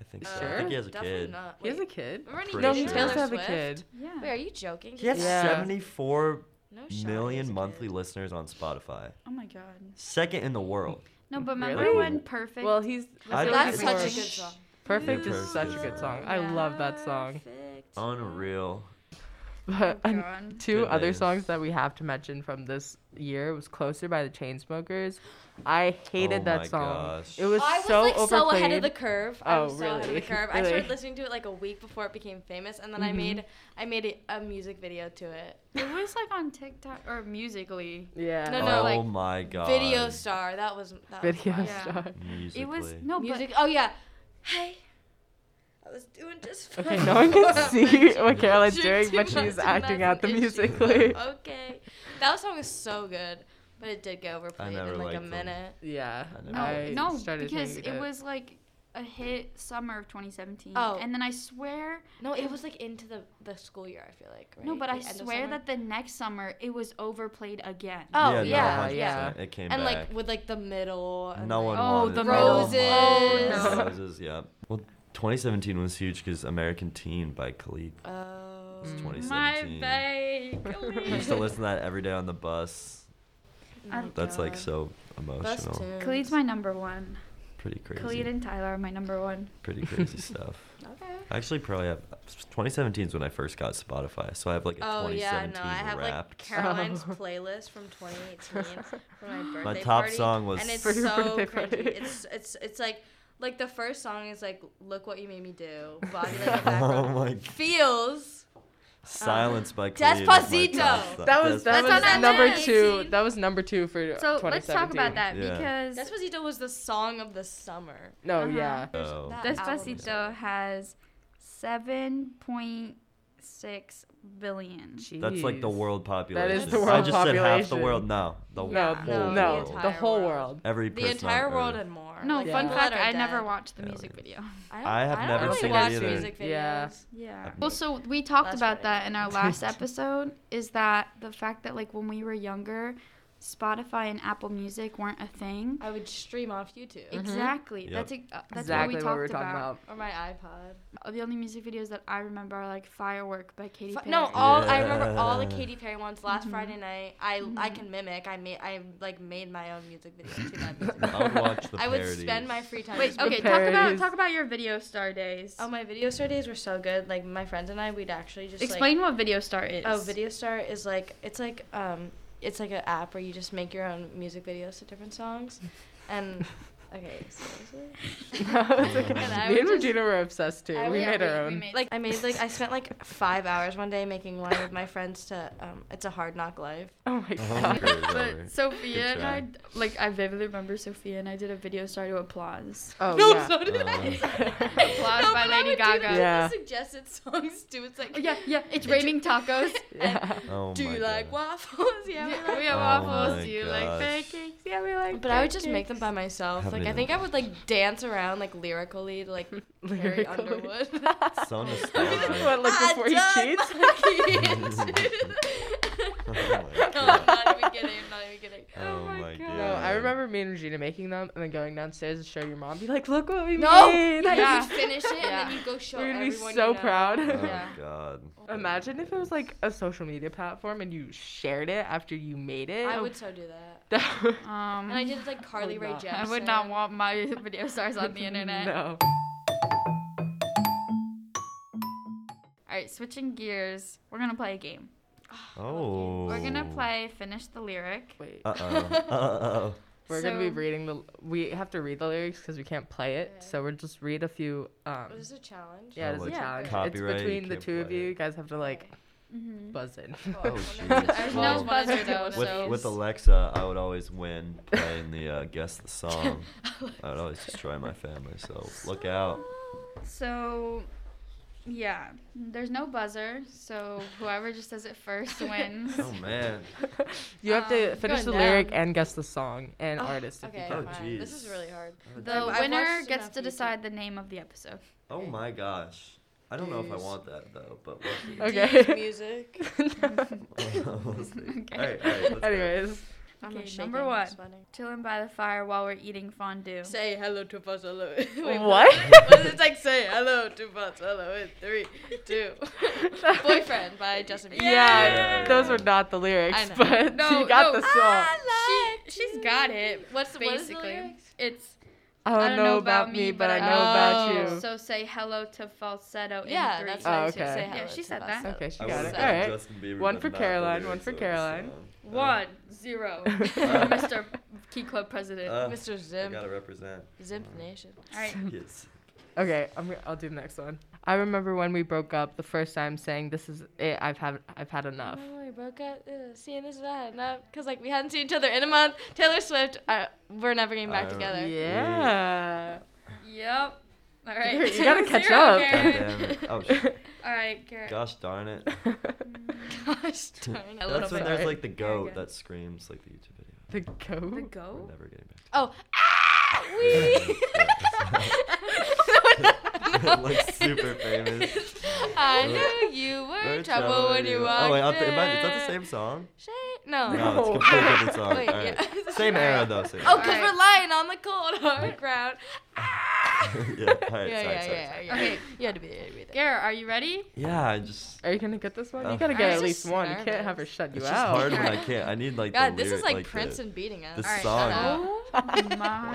Speaker 3: I think so.
Speaker 2: Sure.
Speaker 3: I think he has a
Speaker 4: Uh, Definitely
Speaker 3: kid.
Speaker 4: not.
Speaker 2: he has a
Speaker 4: Wait,
Speaker 2: kid.
Speaker 4: Remember when he
Speaker 3: Pretty
Speaker 2: No, he
Speaker 4: dated
Speaker 3: sure.
Speaker 2: does
Speaker 4: Taylor
Speaker 2: have a
Speaker 4: Swift?
Speaker 2: kid.
Speaker 1: Yeah.
Speaker 4: Wait, are you joking?
Speaker 3: He has
Speaker 2: Yeah.
Speaker 3: 74
Speaker 4: No shot he has a
Speaker 3: million
Speaker 4: kid.
Speaker 3: monthly listeners on Spotify,
Speaker 1: Oh my God.
Speaker 3: second in the world.
Speaker 1: No, but remember
Speaker 2: Really?
Speaker 1: when perfect?
Speaker 2: Well, he's
Speaker 3: I
Speaker 2: I
Speaker 3: don't
Speaker 4: That's
Speaker 3: think
Speaker 4: such a
Speaker 3: he
Speaker 4: good
Speaker 3: was.
Speaker 4: song.
Speaker 2: Perfect
Speaker 3: Perfect
Speaker 2: is such a
Speaker 3: is
Speaker 2: good
Speaker 3: a
Speaker 2: song. I love that song.
Speaker 4: Perfect.
Speaker 3: Oh, Unreal.
Speaker 2: But
Speaker 1: Oh,
Speaker 2: an-
Speaker 1: God.
Speaker 2: [LAUGHS] two
Speaker 3: Good
Speaker 2: other
Speaker 3: days.
Speaker 2: songs that we have to mention from this year was "Closer" by the Chainsmokers. I hated
Speaker 3: Oh my
Speaker 2: that song.
Speaker 3: gosh.
Speaker 2: It was
Speaker 4: I was
Speaker 2: so
Speaker 4: like so ahead of
Speaker 2: overplayed.
Speaker 4: the curve. I was
Speaker 2: Oh,
Speaker 4: so ahead of the
Speaker 2: really?
Speaker 4: curve. I
Speaker 2: [LAUGHS] Really?
Speaker 4: started listening to it like a week before it became famous, and then I
Speaker 2: Mhm.
Speaker 4: made I made a- a music video to it.
Speaker 1: it was like on TikTok or Musically.
Speaker 2: yeah.
Speaker 4: No,
Speaker 3: oh
Speaker 4: no, like,
Speaker 3: my god.
Speaker 4: [LAUGHS] Video star. That was that
Speaker 2: Video
Speaker 1: Yeah.
Speaker 2: star.
Speaker 3: Musically.
Speaker 1: It was no
Speaker 4: music. Oh yeah. Hey. I was doing just fine.
Speaker 2: Okay, no one
Speaker 1: [LAUGHS]
Speaker 4: [LAUGHS]
Speaker 2: can see what Caroline's
Speaker 4: She
Speaker 2: doing, but
Speaker 4: did
Speaker 2: she's
Speaker 4: not
Speaker 2: acting
Speaker 4: deny
Speaker 2: out the
Speaker 4: the issue.
Speaker 2: musically.
Speaker 1: Oh.
Speaker 4: okay. That song is so good, but it did get overplayed
Speaker 3: never
Speaker 4: in like a
Speaker 3: liked them.
Speaker 4: minute.
Speaker 2: Yeah.
Speaker 3: I
Speaker 1: But no,
Speaker 2: I
Speaker 1: Oh, no,
Speaker 2: started
Speaker 1: because
Speaker 2: hating
Speaker 1: it was like a hit summer of 2017.
Speaker 4: Oh.
Speaker 1: and then I swear,
Speaker 4: No, it was like into the, the school year, I feel like. Right?
Speaker 1: no, but
Speaker 4: The
Speaker 1: I
Speaker 4: end of
Speaker 1: swear
Speaker 4: summer.
Speaker 1: that the next summer it was overplayed again.
Speaker 4: Oh,
Speaker 3: no,
Speaker 4: yeah,
Speaker 3: 100%.
Speaker 2: yeah.
Speaker 3: It came
Speaker 4: And
Speaker 3: back.
Speaker 4: like with like the middle. And,
Speaker 3: no
Speaker 4: like,
Speaker 3: one
Speaker 1: Oh,
Speaker 3: wanted
Speaker 1: the Oh,
Speaker 3: it. Oh
Speaker 4: roses.
Speaker 3: my God.
Speaker 1: No.
Speaker 3: Roses, yeah. Well, 2017 was huge because American Teen by Khalid.
Speaker 4: Oh.
Speaker 2: Mm.
Speaker 1: My
Speaker 3: 2017.
Speaker 1: babe.
Speaker 3: I used to listen to that every day on the bus.
Speaker 1: Um,
Speaker 3: That's like so
Speaker 4: Bus
Speaker 3: emotional.
Speaker 4: tunes.
Speaker 1: Khalid's my number one.
Speaker 3: Pretty crazy.
Speaker 1: Khalid and Tyler are my number one.
Speaker 3: Pretty crazy stuff.
Speaker 4: Okay.
Speaker 3: I actually probably have 2017 is when I first got Spotify, so I have like a
Speaker 4: Oh
Speaker 3: 2017
Speaker 4: yeah, no, I have like
Speaker 3: wrapped.
Speaker 4: [LAUGHS] Caroline's
Speaker 2: Oh.
Speaker 4: playlist from
Speaker 1: [LAUGHS]
Speaker 4: 2018 for my birthday
Speaker 3: my top
Speaker 4: party.
Speaker 3: song was
Speaker 4: and it's
Speaker 2: For your
Speaker 4: so
Speaker 2: birthday
Speaker 4: cringy.
Speaker 2: party.
Speaker 4: It's it's it's like like the first song is like "Look What You Made
Speaker 1: [LAUGHS]
Speaker 4: Me Do," Bobby Lee in the
Speaker 3: Oh
Speaker 4: background.
Speaker 3: my
Speaker 4: Feels.
Speaker 3: Silence by Khalid. is my top
Speaker 4: Despacito.
Speaker 3: song.
Speaker 2: That was
Speaker 3: Despacito.
Speaker 2: that
Speaker 1: That's on
Speaker 2: was number
Speaker 4: that
Speaker 2: two.
Speaker 4: list.
Speaker 2: That was number two for
Speaker 1: So
Speaker 2: 2017.
Speaker 1: let's talk about that
Speaker 3: Yeah.
Speaker 1: because
Speaker 4: Despacito was the song of the summer.
Speaker 2: No,
Speaker 1: Uh-huh.
Speaker 2: yeah.
Speaker 4: There's
Speaker 3: Oh.
Speaker 4: that album.
Speaker 1: Despacito has 7.6 billion.
Speaker 3: That's like the
Speaker 2: Jeez.
Speaker 3: world population.
Speaker 1: the
Speaker 3: I
Speaker 1: world
Speaker 3: just said half the
Speaker 2: population.
Speaker 3: world. No, the
Speaker 1: Yeah.
Speaker 2: No,
Speaker 1: No,
Speaker 3: whole
Speaker 4: the
Speaker 2: no,
Speaker 3: world.
Speaker 2: the
Speaker 4: entire
Speaker 2: whole
Speaker 4: world.
Speaker 2: world.
Speaker 3: Every
Speaker 4: The
Speaker 3: person
Speaker 4: entire
Speaker 3: on
Speaker 4: world
Speaker 3: Earth.
Speaker 4: and more.
Speaker 1: No,
Speaker 4: Like,
Speaker 1: fun
Speaker 4: people
Speaker 1: fact,
Speaker 4: that are
Speaker 1: I never
Speaker 4: dead.
Speaker 1: watched the
Speaker 3: Hell
Speaker 1: music
Speaker 3: yeah.
Speaker 1: video.
Speaker 4: I,
Speaker 3: I have
Speaker 4: don't
Speaker 3: never
Speaker 4: really
Speaker 3: seen it
Speaker 4: watch
Speaker 3: either.
Speaker 4: music videos.
Speaker 2: Yeah.
Speaker 1: Yeah.
Speaker 3: I've
Speaker 1: Well,
Speaker 3: never-
Speaker 1: so we talked
Speaker 4: That's
Speaker 1: about
Speaker 4: right.
Speaker 1: that in our last episode is that the fact that like when we were younger, Spotify and Apple Music weren't a thing.
Speaker 4: I would stream off YouTube
Speaker 1: Exactly.
Speaker 3: Yep.
Speaker 1: That's e- uh, that's
Speaker 2: exactly
Speaker 1: what we
Speaker 2: what,
Speaker 1: talked
Speaker 2: we were talking
Speaker 1: about.
Speaker 2: about.
Speaker 4: or my iPod.
Speaker 1: Uh, The only music videos that I remember are like Firework by Katy
Speaker 4: F-
Speaker 1: Perry. Mm-hmm.
Speaker 4: no, all I remember all the
Speaker 3: Yeah.
Speaker 4: Katy Perry ones. Last Friday night, I I can mimic. I made I like made my own music video to that music.
Speaker 3: [LAUGHS] I would watch the
Speaker 4: I would
Speaker 3: parodies.
Speaker 4: spend my free time.
Speaker 1: Wait,
Speaker 4: just-
Speaker 1: okay, talk about
Speaker 2: parodies.
Speaker 1: talk about your video star days.
Speaker 4: Oh, my video star days were so good. Like my friends and I, we'd actually just
Speaker 1: Explain what video star is.
Speaker 4: Like, oh, video star is like it's like um it's like an app where you just make your own music videos to different
Speaker 1: [LAUGHS]
Speaker 4: songs, and okay, seriously.
Speaker 2: No, [LAUGHS] it's
Speaker 4: [LAUGHS]
Speaker 2: okay.
Speaker 3: And
Speaker 4: I
Speaker 2: Me and
Speaker 4: would just-
Speaker 2: Regina were obsessed too.
Speaker 4: I
Speaker 2: we
Speaker 4: would-
Speaker 2: made our
Speaker 1: we- we
Speaker 2: own.
Speaker 1: made-
Speaker 4: Like I made like I spent like five hours one day making wine with my friends to um it's a hard
Speaker 1: [LAUGHS]
Speaker 4: knock [LAUGHS] life.
Speaker 2: [LAUGHS] Oh my
Speaker 3: Oh,
Speaker 2: god. [LAUGHS]
Speaker 3: okay, whatever.
Speaker 1: But Sophia and I,
Speaker 3: try.
Speaker 1: like, I vividly remember Sophia and I did a video star to applause. [LAUGHS]
Speaker 2: Oh
Speaker 4: no,
Speaker 2: yeah.
Speaker 4: so did I.
Speaker 1: Um, Applause by
Speaker 4: no, but I
Speaker 1: Lady
Speaker 4: would Do
Speaker 1: Gaga.
Speaker 4: that
Speaker 2: Yeah.
Speaker 4: with the suggested songs too. It's like
Speaker 1: Oh, yeah, yeah, it's raining tacos. [LAUGHS]
Speaker 2: yeah.
Speaker 3: Oh
Speaker 4: Do
Speaker 3: my
Speaker 4: you like
Speaker 3: God.
Speaker 4: waffles? [LAUGHS] Yeah, we
Speaker 1: Yeah,
Speaker 4: like
Speaker 1: we have
Speaker 3: Oh
Speaker 1: waffles.
Speaker 3: my
Speaker 1: Do you
Speaker 3: gosh.
Speaker 1: like pancakes? Yeah, we like.
Speaker 4: But I would just make
Speaker 1: pancakes.
Speaker 4: them by myself.
Speaker 3: Haven't
Speaker 4: Like I
Speaker 3: either.
Speaker 4: think I
Speaker 3: [LAUGHS]
Speaker 4: would like dance around like lyrically
Speaker 1: [LAUGHS]
Speaker 4: to, like Carrie
Speaker 2: Lyrically.
Speaker 4: Underwood. [LAUGHS]
Speaker 3: So nostalgic. [LAUGHS]
Speaker 2: what, like before he cheats?
Speaker 4: cheats.
Speaker 3: Oh my
Speaker 4: [LAUGHS] No, I'm
Speaker 3: God.
Speaker 4: not even kidding. I'm not even kidding.
Speaker 1: Oh my God.
Speaker 2: No, I
Speaker 3: God.
Speaker 2: remember me and Regina making them and then going downstairs to show your mom. Be like, look what we
Speaker 4: No, [LAUGHS]
Speaker 2: made.
Speaker 4: yeah,
Speaker 1: Yeah.
Speaker 4: you finish it
Speaker 1: Yeah.
Speaker 4: and then you go
Speaker 2: [LAUGHS]
Speaker 4: show
Speaker 2: We would be
Speaker 4: everyone.
Speaker 2: so
Speaker 4: you know.
Speaker 2: proud.
Speaker 3: Oh
Speaker 4: Yeah.
Speaker 3: God.
Speaker 2: [LAUGHS] Imagine if it was like a social media platform and you shared it after you made it.
Speaker 4: I would so do that.
Speaker 2: [LAUGHS] That
Speaker 4: [LAUGHS]
Speaker 2: would-
Speaker 1: Um,
Speaker 4: And I did like Carly Rae
Speaker 2: not.
Speaker 4: Jepsen.
Speaker 1: I would not want my [LAUGHS] video stars on the
Speaker 4: [LAUGHS]
Speaker 1: internet.
Speaker 2: [LAUGHS] No.
Speaker 1: All right, switching gears. We're gonna play a game.
Speaker 3: Oh.
Speaker 1: We're gonna play finish the lyric.
Speaker 2: Wait.
Speaker 3: Uh oh. Uh
Speaker 2: [LAUGHS] we're gonna be
Speaker 1: so-
Speaker 2: reading the. We have to read the lyrics because we can't play it.
Speaker 4: Okay.
Speaker 2: So we're just read a few. Um.
Speaker 4: Was this a challenge?
Speaker 2: Yeah,
Speaker 3: Oh,
Speaker 2: it's a
Speaker 3: like
Speaker 2: challenge.
Speaker 3: copyright,
Speaker 2: it's
Speaker 3: you
Speaker 2: between the
Speaker 3: can't
Speaker 2: two of
Speaker 3: play
Speaker 2: you.
Speaker 3: it.
Speaker 2: You guys have to like
Speaker 1: Mm-hmm.
Speaker 2: buzz in. [LAUGHS]
Speaker 3: Oh,
Speaker 4: [LAUGHS] There's no
Speaker 1: Well,
Speaker 4: buzzer [LAUGHS] though,
Speaker 1: with-
Speaker 3: With,
Speaker 4: so.
Speaker 3: with Alexa, I would always win playing the uh, guess the song.
Speaker 4: [LAUGHS]
Speaker 2: uh,
Speaker 3: I would always destroy my family, so look out.
Speaker 1: So, yeah, there's no buzzer, so whoever just says it
Speaker 4: [LAUGHS]
Speaker 1: first wins.
Speaker 3: Oh
Speaker 2: [LAUGHS]
Speaker 3: man.
Speaker 2: you have to
Speaker 1: Um,
Speaker 2: finish
Speaker 4: going
Speaker 2: the lyric
Speaker 4: down.
Speaker 2: and guess the song and
Speaker 4: Oh,
Speaker 2: artist. If
Speaker 4: Okay,
Speaker 2: you [LAUGHS]
Speaker 3: Oh,
Speaker 2: can.
Speaker 4: fine. This
Speaker 3: jeez.
Speaker 4: is really hard.
Speaker 1: The
Speaker 4: I've
Speaker 1: winner
Speaker 4: watched
Speaker 1: gets
Speaker 4: enough
Speaker 1: to
Speaker 4: YouTube.
Speaker 1: decide the name of the episode.
Speaker 3: Oh my gosh. I don't know if I want that though, but
Speaker 2: [LAUGHS]
Speaker 3: we'll
Speaker 2: Okay.
Speaker 4: Dee's music.
Speaker 3: see. We'll see.
Speaker 1: Okay.
Speaker 3: [LAUGHS] All right, all right. [LAUGHS] Let's go.
Speaker 2: Anyways,
Speaker 4: I'm
Speaker 1: Okay,
Speaker 4: shaking,
Speaker 1: number
Speaker 4: I'm
Speaker 1: one.
Speaker 4: sweating.
Speaker 1: Chilling by the fire while we're eating fondue.
Speaker 4: Say hello to Buzz [LAUGHS] Hello.
Speaker 2: What?
Speaker 4: It's like say hello to Buzz Hello in three, two. Boyfriend by Justin Bieber.
Speaker 2: yeah,
Speaker 3: Yeah.
Speaker 2: those were not the lyrics,
Speaker 4: know.
Speaker 2: but [LAUGHS]
Speaker 1: No,
Speaker 2: you got
Speaker 1: no. ah!
Speaker 2: the song.
Speaker 1: She, she's got it.
Speaker 4: What's the what is the
Speaker 1: Basically.
Speaker 4: lyrics?
Speaker 1: It's
Speaker 2: I don't, Oh, know, about me, but I know about
Speaker 4: Oh.
Speaker 2: you.
Speaker 1: So say hello to falsetto.
Speaker 4: Yeah,
Speaker 1: in three.
Speaker 4: that's
Speaker 2: what I
Speaker 1: oh,
Speaker 2: said, say
Speaker 1: Yeah,
Speaker 4: hello
Speaker 1: she
Speaker 4: to
Speaker 1: said
Speaker 4: Buzz
Speaker 1: that.
Speaker 4: Hello.
Speaker 2: Okay, she
Speaker 3: I
Speaker 4: I
Speaker 2: got
Speaker 4: will
Speaker 2: it.
Speaker 3: would've
Speaker 4: say
Speaker 2: All
Speaker 3: said
Speaker 2: right.
Speaker 3: Justin Bieber,
Speaker 2: One
Speaker 3: but
Speaker 2: for
Speaker 3: not the
Speaker 2: Caroline, one
Speaker 3: lyrics
Speaker 2: for
Speaker 3: of the
Speaker 2: Caroline.
Speaker 3: song. Uh,
Speaker 1: One zero [LAUGHS] for
Speaker 3: Uh.
Speaker 1: Mr. Key Club President.
Speaker 3: Uh,
Speaker 4: Mr.
Speaker 3: I
Speaker 4: Zimp.
Speaker 3: gotta represent. Uh,
Speaker 4: Zimp Nation.
Speaker 1: All right.
Speaker 3: Yes.
Speaker 2: Okay, I'm gonna, I'll do the next one. I remember when we broke up the first time, saying this is it. I've had I've had enough.
Speaker 4: Remember when we broke up, uh, seeing this is not enough, because like we hadn't seen each other in a month. Taylor Swift, uh, we're never getting back
Speaker 3: I-
Speaker 4: together.
Speaker 2: Yeah.
Speaker 1: Yep. All right. [LAUGHS]
Speaker 2: You gotta catch
Speaker 1: Zero,
Speaker 2: up.
Speaker 3: God
Speaker 1: Garrett.
Speaker 3: damn it. Oh, sh-
Speaker 1: All right, Garrett.
Speaker 3: gosh darn
Speaker 4: [LAUGHS]
Speaker 3: it.
Speaker 4: [LAUGHS] Gosh darn it.
Speaker 3: That's when there's
Speaker 2: bit.
Speaker 3: like the
Speaker 1: go.
Speaker 3: goat that screams like the YouTube video.
Speaker 2: the goat.
Speaker 1: The
Speaker 2: [LAUGHS]
Speaker 3: We're
Speaker 1: goat?
Speaker 3: never getting back.
Speaker 4: Oh, ah, [LAUGHS] we.
Speaker 1: [LAUGHS]
Speaker 3: It
Speaker 4: [LAUGHS]
Speaker 3: looks super famous.
Speaker 4: I knew you were
Speaker 3: We're
Speaker 4: trouble when you walked
Speaker 3: Oh wait, I'll th-
Speaker 4: in.
Speaker 3: am I- is that the same song?
Speaker 4: Shay?
Speaker 3: No,
Speaker 4: No.
Speaker 3: it's a
Speaker 2: No.
Speaker 3: completely different song.
Speaker 4: Wait,
Speaker 3: All right.
Speaker 4: yeah.
Speaker 3: Same era though. Same.
Speaker 4: [LAUGHS]
Speaker 3: Era.
Speaker 4: Oh, because
Speaker 1: Alright.
Speaker 4: we're lying on the cold hard ground. Ah!
Speaker 3: [LAUGHS] yeah. All right. sorry,
Speaker 4: yeah, yeah,
Speaker 3: sorry,
Speaker 4: yeah,
Speaker 3: sorry. [LAUGHS]
Speaker 4: yeah.
Speaker 1: Okay.
Speaker 4: You had to be there. You had to be there.
Speaker 1: Garrett, are you ready?
Speaker 3: Yeah, I just.
Speaker 2: Are you gonna get this one?
Speaker 3: Oh.
Speaker 2: You gotta
Speaker 3: I
Speaker 2: get
Speaker 4: was
Speaker 2: at
Speaker 4: just
Speaker 2: least one. You can't
Speaker 4: nervous.
Speaker 2: have her shut you
Speaker 3: It's just
Speaker 2: out.
Speaker 3: hard when I
Speaker 4: [LAUGHS]
Speaker 3: can't. I need like
Speaker 4: God,
Speaker 3: the
Speaker 4: this
Speaker 3: lyric,
Speaker 4: is like,
Speaker 3: the-
Speaker 4: Princeton beating us.
Speaker 3: the
Speaker 4: Alright, shut
Speaker 3: song.
Speaker 4: up.
Speaker 1: My.
Speaker 3: [LAUGHS]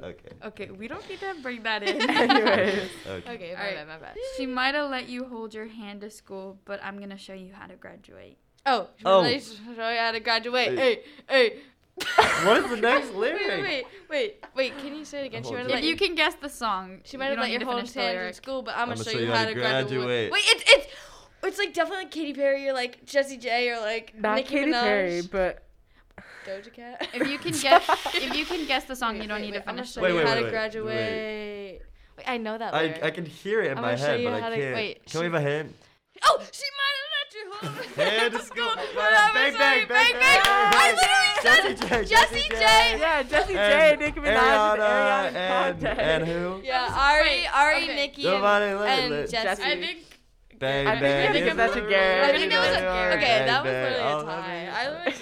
Speaker 3: Okay. Okay.
Speaker 1: Okay, we don't need to bring that in. [LAUGHS]
Speaker 2: Anyways.
Speaker 3: [LAUGHS] Okay.
Speaker 4: Okay, my
Speaker 1: Alright.
Speaker 4: bad, my bad.
Speaker 1: She might have let you hold your hand to school, but I'm gonna show you how to graduate.
Speaker 4: Oh,
Speaker 3: Oh.
Speaker 4: oh. show you how to graduate.
Speaker 3: Hey.
Speaker 4: Hey, hey.
Speaker 3: [LAUGHS] What is the next
Speaker 4: [LAUGHS] Wait,
Speaker 3: lyric?
Speaker 4: Wait, wait, wait, wait. Can you say it again? She
Speaker 3: Hold
Speaker 4: might have
Speaker 3: on.
Speaker 1: If
Speaker 4: let
Speaker 1: you can guess the song,
Speaker 4: She might have let your whole hands in school, but I'm gonna show, you how to graduate.
Speaker 3: graduate.
Speaker 4: Wait, it's it's it's like definitely like Katy Perry or like Jessie J or like
Speaker 2: Not
Speaker 4: Nicki
Speaker 2: Katy
Speaker 4: Minaj. [LAUGHS]
Speaker 2: Perry, but
Speaker 4: Doja Cat.
Speaker 2: [LAUGHS]
Speaker 1: If you can guess, if you can guess the song, you don't need to
Speaker 4: I'm gonna
Speaker 1: finish.
Speaker 4: show
Speaker 1: the
Speaker 3: Wait,
Speaker 4: you
Speaker 3: wait,
Speaker 4: how
Speaker 1: lyric.
Speaker 3: wait,
Speaker 4: to
Speaker 3: wait,
Speaker 4: graduate. Wait. I know that
Speaker 3: I,
Speaker 4: lyric.
Speaker 3: I can hear it in
Speaker 4: I'm
Speaker 3: my
Speaker 4: gonna show
Speaker 3: head,
Speaker 4: you
Speaker 3: but I
Speaker 4: how to-
Speaker 3: can't.
Speaker 4: wait,
Speaker 3: Can we
Speaker 4: she-
Speaker 3: have a hint?
Speaker 4: Oh, she
Speaker 3: [LAUGHS]
Speaker 4: might have let you hold
Speaker 3: Hand
Speaker 4: to
Speaker 3: to school.
Speaker 4: but
Speaker 3: Bang,
Speaker 4: I'm gonna
Speaker 3: bang,
Speaker 4: show
Speaker 3: bang,
Speaker 4: you- bang,
Speaker 3: bang,
Speaker 4: bang.
Speaker 3: bang,
Speaker 4: I literally
Speaker 3: Jessie J.
Speaker 4: said Jessie J.
Speaker 2: yeah, Jessie J,
Speaker 3: And
Speaker 2: Nicki Minaj, and
Speaker 3: Ariana
Speaker 2: Ariana
Speaker 3: and
Speaker 2: Grande.
Speaker 3: and who?
Speaker 4: Yeah, Ari, Ari,
Speaker 1: okay.
Speaker 4: Nikki,
Speaker 3: Nobody
Speaker 4: and,
Speaker 3: let-
Speaker 4: and
Speaker 3: let-
Speaker 4: Jesse.
Speaker 2: Jesse.
Speaker 1: I think
Speaker 3: Bang
Speaker 2: I think
Speaker 3: bang.
Speaker 2: I think
Speaker 3: it's
Speaker 2: that's a
Speaker 3: over.
Speaker 2: Garrett.
Speaker 4: I think that was a
Speaker 1: Garrett.
Speaker 4: Okay,
Speaker 3: Bang,
Speaker 4: that was
Speaker 3: bang,
Speaker 4: literally
Speaker 3: all
Speaker 4: a
Speaker 3: of
Speaker 4: tie.
Speaker 3: you.
Speaker 4: I literally-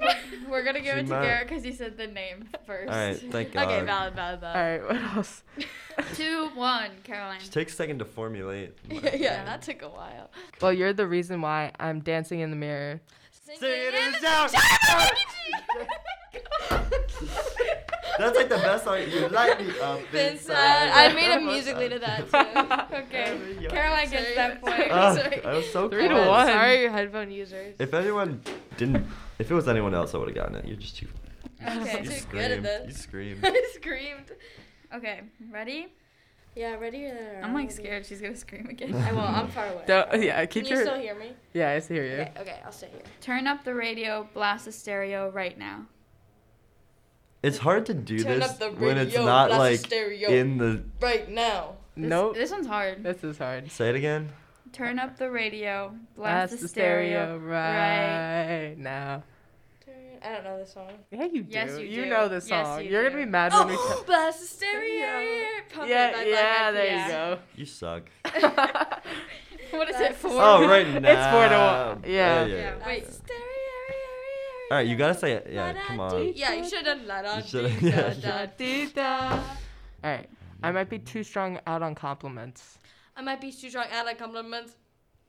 Speaker 1: [LAUGHS]
Speaker 4: [LAUGHS]
Speaker 1: we're gonna give
Speaker 3: She
Speaker 1: it to
Speaker 3: might-
Speaker 1: Garrett because he said the name first.
Speaker 3: All right, thank God.
Speaker 4: Okay, valid, valid,
Speaker 2: All
Speaker 4: valid.
Speaker 2: right, what else?
Speaker 1: [LAUGHS] Two, one, Caroline.
Speaker 3: Just takes a second to formulate.
Speaker 4: [LAUGHS] [LAUGHS] yeah, yeah, that took a while.
Speaker 2: Well, you're the reason why I'm dancing in the mirror.
Speaker 3: Sing it
Speaker 4: in
Speaker 3: is
Speaker 4: the-
Speaker 3: out. [LAUGHS] [LAUGHS] That's like the best song. You light me up
Speaker 4: Inside. uh, I made a
Speaker 3: [LAUGHS]
Speaker 4: music lead to that
Speaker 2: [LAUGHS]
Speaker 4: too.
Speaker 1: Okay,
Speaker 3: There we go.
Speaker 1: Caroline gets
Speaker 4: Sorry.
Speaker 1: that point.
Speaker 3: Ah,
Speaker 4: Sorry.
Speaker 3: I was so
Speaker 2: Three to
Speaker 3: close.
Speaker 2: one.
Speaker 4: [LAUGHS] Sorry, your headphone users. [LAUGHS]
Speaker 3: If anyone didn't, if it was anyone else, I would have gotten it. You're just too.
Speaker 1: Okay.
Speaker 3: you
Speaker 4: Too
Speaker 3: scream.
Speaker 4: good at this.
Speaker 3: You
Speaker 4: [LAUGHS]
Speaker 3: scream.
Speaker 4: I screamed.
Speaker 1: Okay, ready?
Speaker 4: Yeah, ready or there?
Speaker 1: I'm like scared she's gonna scream
Speaker 3: [LAUGHS]
Speaker 1: again.
Speaker 4: I will. I'm far away.
Speaker 2: Don't, yeah, keep
Speaker 4: Can you
Speaker 2: your.
Speaker 4: still hear me?
Speaker 2: yeah, I hear you.
Speaker 4: Okay, okay, I'll stay here.
Speaker 1: Turn up the radio, blast the stereo right now.
Speaker 3: It's hard to do
Speaker 4: Turn
Speaker 3: this
Speaker 4: up the
Speaker 3: when it's
Speaker 4: radio,
Speaker 3: not
Speaker 4: blast the
Speaker 3: like
Speaker 4: stereo.
Speaker 3: in the.
Speaker 4: Right now.
Speaker 1: This,
Speaker 2: Nope,
Speaker 1: This one's hard.
Speaker 2: this is hard.
Speaker 3: Say it again.
Speaker 1: Turn up the radio, blast, the, stereo, right.
Speaker 2: right now.
Speaker 4: I don't know this song.
Speaker 2: Yeah, you do.
Speaker 1: Yes, you do.
Speaker 2: know the
Speaker 1: Yes,
Speaker 2: song.
Speaker 1: you
Speaker 2: you are
Speaker 1: do.
Speaker 2: gonna be mad
Speaker 4: [GASPS]
Speaker 2: when we.
Speaker 4: Oh, [LAUGHS]
Speaker 2: T-
Speaker 4: blast the stereo. Pump it
Speaker 2: yeah,
Speaker 4: by
Speaker 2: yeah,
Speaker 4: Black Eyed
Speaker 2: there
Speaker 4: Peas.
Speaker 2: you go.
Speaker 3: You suck.
Speaker 1: [LAUGHS]
Speaker 4: [LAUGHS]
Speaker 1: What is it for?
Speaker 3: Oh, right now.
Speaker 2: It's four to one. Yeah.
Speaker 3: yeah.
Speaker 1: Yeah.
Speaker 4: Wait. Stereo.
Speaker 3: All right, you gotta say it. Yeah,
Speaker 4: La-da-dee.
Speaker 3: come on.
Speaker 4: Yeah, you should have done that on.
Speaker 3: You should've- yeah.
Speaker 2: [LAUGHS] All right. I might be too strong out on compliments.
Speaker 4: I might be too strong out of compliments.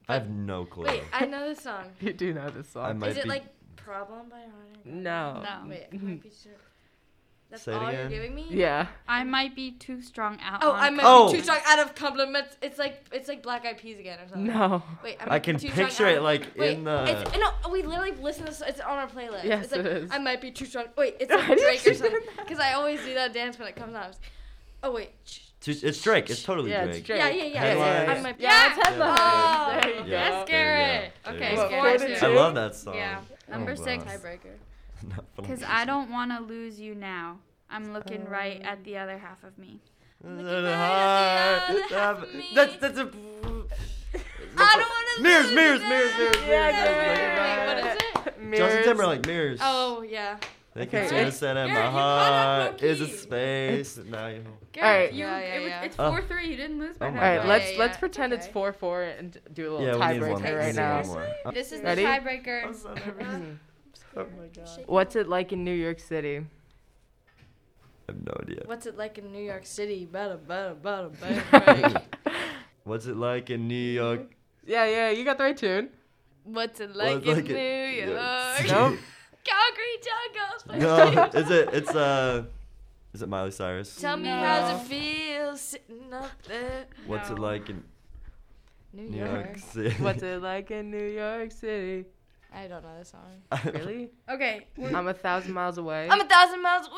Speaker 3: I have no clue.
Speaker 4: Wait, I know this song.
Speaker 2: You do know this
Speaker 3: I
Speaker 2: song.
Speaker 3: [LAUGHS] might
Speaker 4: Is it
Speaker 3: be-
Speaker 4: like Problem by Ronnie?
Speaker 2: No. Mm-hmm.
Speaker 1: No.
Speaker 4: Wait, I might be too strong. That's
Speaker 3: Say it
Speaker 4: all
Speaker 3: again.
Speaker 4: you're giving me?
Speaker 2: Yeah.
Speaker 1: I might be too strong out.
Speaker 4: Oh,
Speaker 1: on
Speaker 4: I might
Speaker 3: Oh.
Speaker 4: be too strong out of compliments. It's like it's like Black Eyed Peas again or something.
Speaker 2: No.
Speaker 4: Wait, I, might
Speaker 3: I
Speaker 4: be
Speaker 3: can
Speaker 4: too strung
Speaker 3: picture
Speaker 4: out
Speaker 3: it,
Speaker 4: of-
Speaker 3: like,
Speaker 4: Wait,
Speaker 3: in the-
Speaker 4: It's, no, we literally listen to. this- It's on our playlist.
Speaker 2: Yes,
Speaker 4: it's like,
Speaker 2: it is.
Speaker 4: I might be too strong. Wait,
Speaker 3: [LAUGHS]
Speaker 4: it's like
Speaker 2: Why [LAUGHS] did
Speaker 4: Drake or
Speaker 2: you do
Speaker 4: [LAUGHS] something. Because I always do that dance when it comes out. Oh wait. Ch-
Speaker 3: It's it's Drake. It's totally
Speaker 2: Yeah,
Speaker 3: Drake.
Speaker 2: it's Drake.
Speaker 4: Yeah, yeah, yeah.
Speaker 3: Headlines.
Speaker 4: I might be.
Speaker 1: Yeah.
Speaker 2: Yeah, it's headlines.
Speaker 4: Oh.
Speaker 2: There you
Speaker 3: Yeah.
Speaker 2: go.
Speaker 4: Yes, Garrett.
Speaker 3: There you
Speaker 4: Okay,
Speaker 2: There
Speaker 3: go.
Speaker 2: you
Speaker 4: score
Speaker 2: go.
Speaker 4: two.
Speaker 3: I love that song.
Speaker 1: Yeah.
Speaker 3: Oh
Speaker 1: Number
Speaker 3: my
Speaker 1: six.
Speaker 3: gosh. [LAUGHS]
Speaker 4: Tiebreaker.
Speaker 3: Not for
Speaker 1: Cause
Speaker 3: long.
Speaker 1: I
Speaker 3: [LAUGHS]
Speaker 1: don't want to lose you now. I'm looking right at the other half of me.
Speaker 3: That's
Speaker 4: Looking right at the other half of me.
Speaker 3: that's
Speaker 4: [LAUGHS]
Speaker 3: that's a.
Speaker 4: I don't want to.
Speaker 3: Mirrors, mirrors, mirrors, mirrors,
Speaker 2: Yeah,
Speaker 3: mirrors,
Speaker 2: Garrett.
Speaker 4: Wait, what is it?
Speaker 3: Justin
Speaker 2: Mirrors.
Speaker 3: Timberlake, mirrors.
Speaker 4: Oh yeah.
Speaker 3: They
Speaker 2: Okay.
Speaker 3: can see that in
Speaker 4: Garrett,
Speaker 3: my
Speaker 4: you caught up
Speaker 3: heart is a
Speaker 4: low-key.
Speaker 3: space. Now you know.
Speaker 1: Garrett,
Speaker 2: Alright.
Speaker 1: you,
Speaker 4: Yeah, yeah,
Speaker 1: it was,
Speaker 4: yeah.
Speaker 1: it's
Speaker 3: Oh.
Speaker 1: four three. You didn't lose by
Speaker 3: Oh my
Speaker 2: All
Speaker 1: half.
Speaker 2: right,
Speaker 3: Yeah,
Speaker 2: let's
Speaker 4: yeah,
Speaker 2: let's
Speaker 4: yeah.
Speaker 2: pretend it's
Speaker 4: Okay.
Speaker 2: four four and do a little
Speaker 3: Yeah, we need
Speaker 2: tiebreaker
Speaker 3: one more.
Speaker 2: right
Speaker 3: We need
Speaker 2: now.
Speaker 3: one more. Oh,
Speaker 1: This is
Speaker 2: Ready?
Speaker 1: the tiebreaker.
Speaker 3: I'm so nervous.
Speaker 2: Mhm.
Speaker 3: Oh my god.
Speaker 2: [LAUGHS] What's it like in New York City?
Speaker 3: I have no idea.
Speaker 4: What's it like in New York City? Bada bada bada
Speaker 3: [LAUGHS]
Speaker 4: bada.
Speaker 2: yeah,
Speaker 3: What's it like in New York?
Speaker 2: [LAUGHS] yeah, you got the right tune.
Speaker 4: What's it like
Speaker 3: What's
Speaker 4: in
Speaker 3: it like
Speaker 4: New
Speaker 3: in-
Speaker 4: York?
Speaker 2: Nope.
Speaker 4: Calgary Jungles.
Speaker 3: [LAUGHS] No, is it? It's uh, is it Miley Cyrus?
Speaker 4: Tell me
Speaker 1: No.
Speaker 4: how's it feel sitting up there,
Speaker 3: What's it
Speaker 1: No.
Speaker 3: like in
Speaker 4: New,
Speaker 3: New
Speaker 4: York.
Speaker 3: York City?
Speaker 2: What's
Speaker 3: [LAUGHS]
Speaker 2: it like in New York City?
Speaker 4: I don't know this song.
Speaker 3: [LAUGHS]
Speaker 2: Really?
Speaker 1: Okay. we're-
Speaker 2: I'm a thousand miles away.
Speaker 4: I'm a thousand miles away.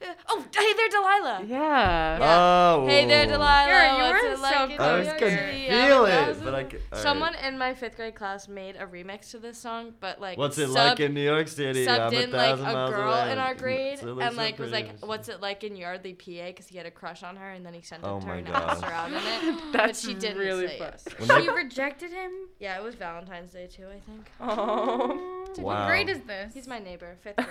Speaker 4: but- uh, Oh, hey there, Delilah.
Speaker 2: yeah.
Speaker 4: Yeah.
Speaker 3: Oh.
Speaker 4: Hey there, Delilah.
Speaker 1: Girl, you
Speaker 4: What's
Speaker 1: were
Speaker 4: it
Speaker 1: so
Speaker 4: like in
Speaker 3: I
Speaker 1: close.
Speaker 4: New
Speaker 3: was
Speaker 4: York
Speaker 3: gonna
Speaker 4: City? I'm a
Speaker 3: feel it,
Speaker 4: thousand
Speaker 3: but I
Speaker 4: miles-
Speaker 3: could. all right.
Speaker 4: Someone in my fifth grade class made a remix to this song, but like
Speaker 3: What's it
Speaker 4: sub-
Speaker 3: like in New York City?
Speaker 4: subbed
Speaker 3: I'm a
Speaker 4: in like
Speaker 3: thousand
Speaker 4: a
Speaker 3: miles
Speaker 4: girl
Speaker 3: away.
Speaker 4: in our
Speaker 3: Mm,
Speaker 4: grade
Speaker 3: so
Speaker 4: and
Speaker 3: it's
Speaker 4: like
Speaker 3: so
Speaker 4: was
Speaker 3: pretty.
Speaker 4: like what's it like in Yardley PA because he had a crush on her and then he sent it
Speaker 3: Oh
Speaker 4: to her
Speaker 3: my
Speaker 4: and asked
Speaker 3: God.
Speaker 4: her out on
Speaker 2: [LAUGHS]
Speaker 3: [LAUGHS]
Speaker 4: it but
Speaker 2: That's
Speaker 4: she didn't
Speaker 2: really
Speaker 4: say
Speaker 2: fun.
Speaker 4: yes.
Speaker 3: When
Speaker 1: she
Speaker 3: they-
Speaker 1: rejected him.
Speaker 4: yeah it was Valentine's Day too I think
Speaker 2: [LAUGHS] Oh.
Speaker 1: What
Speaker 3: Wow.
Speaker 1: grade is this?
Speaker 4: he's my neighbor fifth grade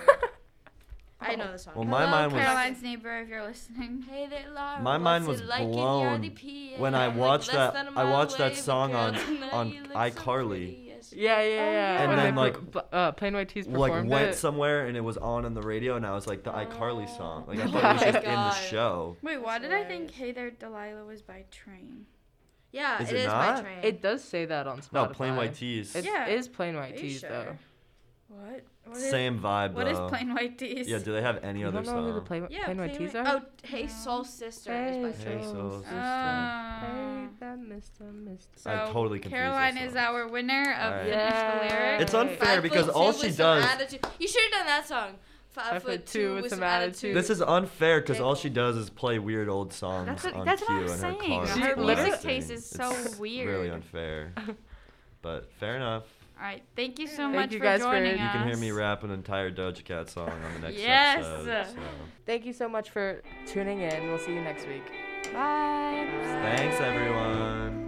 Speaker 4: I know this song
Speaker 3: Well, my
Speaker 1: Hello,
Speaker 3: mind was
Speaker 1: Caroline's neighbor, if you're listening.
Speaker 4: Hey there, Laura,
Speaker 3: My
Speaker 4: what's
Speaker 3: mind
Speaker 4: it
Speaker 3: was
Speaker 4: like in
Speaker 3: blown
Speaker 4: Yardley, PA?
Speaker 3: when I
Speaker 4: I'm, like,
Speaker 3: watched
Speaker 4: less
Speaker 3: that-
Speaker 4: than a
Speaker 3: I
Speaker 4: mile
Speaker 3: watched that
Speaker 4: away, but
Speaker 3: song
Speaker 4: girl,
Speaker 3: on-
Speaker 4: tonight
Speaker 3: on
Speaker 4: you look so
Speaker 3: iCarly.
Speaker 4: pretty. Yes, you
Speaker 2: Yeah, yeah, yeah.
Speaker 3: And
Speaker 2: When
Speaker 3: then,
Speaker 2: they
Speaker 3: like-
Speaker 2: per- uh, Plain White Tees
Speaker 3: like
Speaker 2: performed
Speaker 3: went
Speaker 2: it.
Speaker 3: somewhere and it was on on the radio and I was like the iCarly song. Like I thought it was
Speaker 2: Oh my
Speaker 3: just in the
Speaker 4: God.
Speaker 3: show.
Speaker 1: Wait, why
Speaker 4: That's
Speaker 1: did I think
Speaker 4: hilarious.
Speaker 1: Hey There Delilah was by train?
Speaker 4: Yeah,
Speaker 3: Is
Speaker 4: it
Speaker 3: it
Speaker 4: is by
Speaker 3: not?
Speaker 4: train.
Speaker 2: it does say that on Spotify.
Speaker 3: No, plain white tees.
Speaker 2: It
Speaker 1: Yeah.
Speaker 2: is plain white
Speaker 1: Are you
Speaker 2: tees
Speaker 1: sure?
Speaker 2: though.
Speaker 1: What? What is,
Speaker 3: Same vibe
Speaker 1: what
Speaker 3: though.
Speaker 1: is plain white tees?
Speaker 3: Yeah, do they have any
Speaker 2: You
Speaker 3: other
Speaker 2: don't know who the
Speaker 3: song?
Speaker 2: plain,
Speaker 4: yeah,
Speaker 2: plain white
Speaker 4: Plain
Speaker 2: tees
Speaker 4: White-
Speaker 2: are?
Speaker 4: Oh, Hey Soul Sister is by
Speaker 2: Hey
Speaker 4: train.
Speaker 3: Hey,
Speaker 2: Soul
Speaker 3: soul
Speaker 1: Oh.
Speaker 3: sister.
Speaker 2: that Mr. Mr.
Speaker 1: so
Speaker 3: I'm totally confused with
Speaker 1: Caroline is
Speaker 3: songs.
Speaker 1: our winner of
Speaker 3: Alright.
Speaker 1: finish the
Speaker 2: Yeah.
Speaker 1: lyrics.
Speaker 3: It's unfair
Speaker 4: Five
Speaker 3: because
Speaker 4: foot
Speaker 3: all
Speaker 4: two
Speaker 3: she
Speaker 4: with some
Speaker 3: does.
Speaker 4: attitude. You should have done that song. Five, foot, two with some attitude.
Speaker 3: This is unfair because all she
Speaker 4: Pickle.
Speaker 3: does is play weird old songs
Speaker 1: That's what-
Speaker 3: on
Speaker 1: that's what
Speaker 3: cue
Speaker 1: I'm
Speaker 3: in
Speaker 1: saying.
Speaker 3: her car.
Speaker 2: She
Speaker 3: It's
Speaker 2: literally-
Speaker 3: disgusting.
Speaker 1: Taste is
Speaker 3: It's
Speaker 1: so weird. [LAUGHS]
Speaker 3: Really unfair. But fair enough.
Speaker 1: All right, thank you so
Speaker 2: Thank
Speaker 1: much
Speaker 2: you
Speaker 1: for
Speaker 2: guys for-
Speaker 1: joining
Speaker 2: You
Speaker 1: us.
Speaker 3: You can hear me rap an entire Doja Cat song on the next
Speaker 1: Yes.
Speaker 3: episode. So.
Speaker 2: Thank you so much for tuning in. We'll see you next week. Bye.
Speaker 3: Thanks everyone.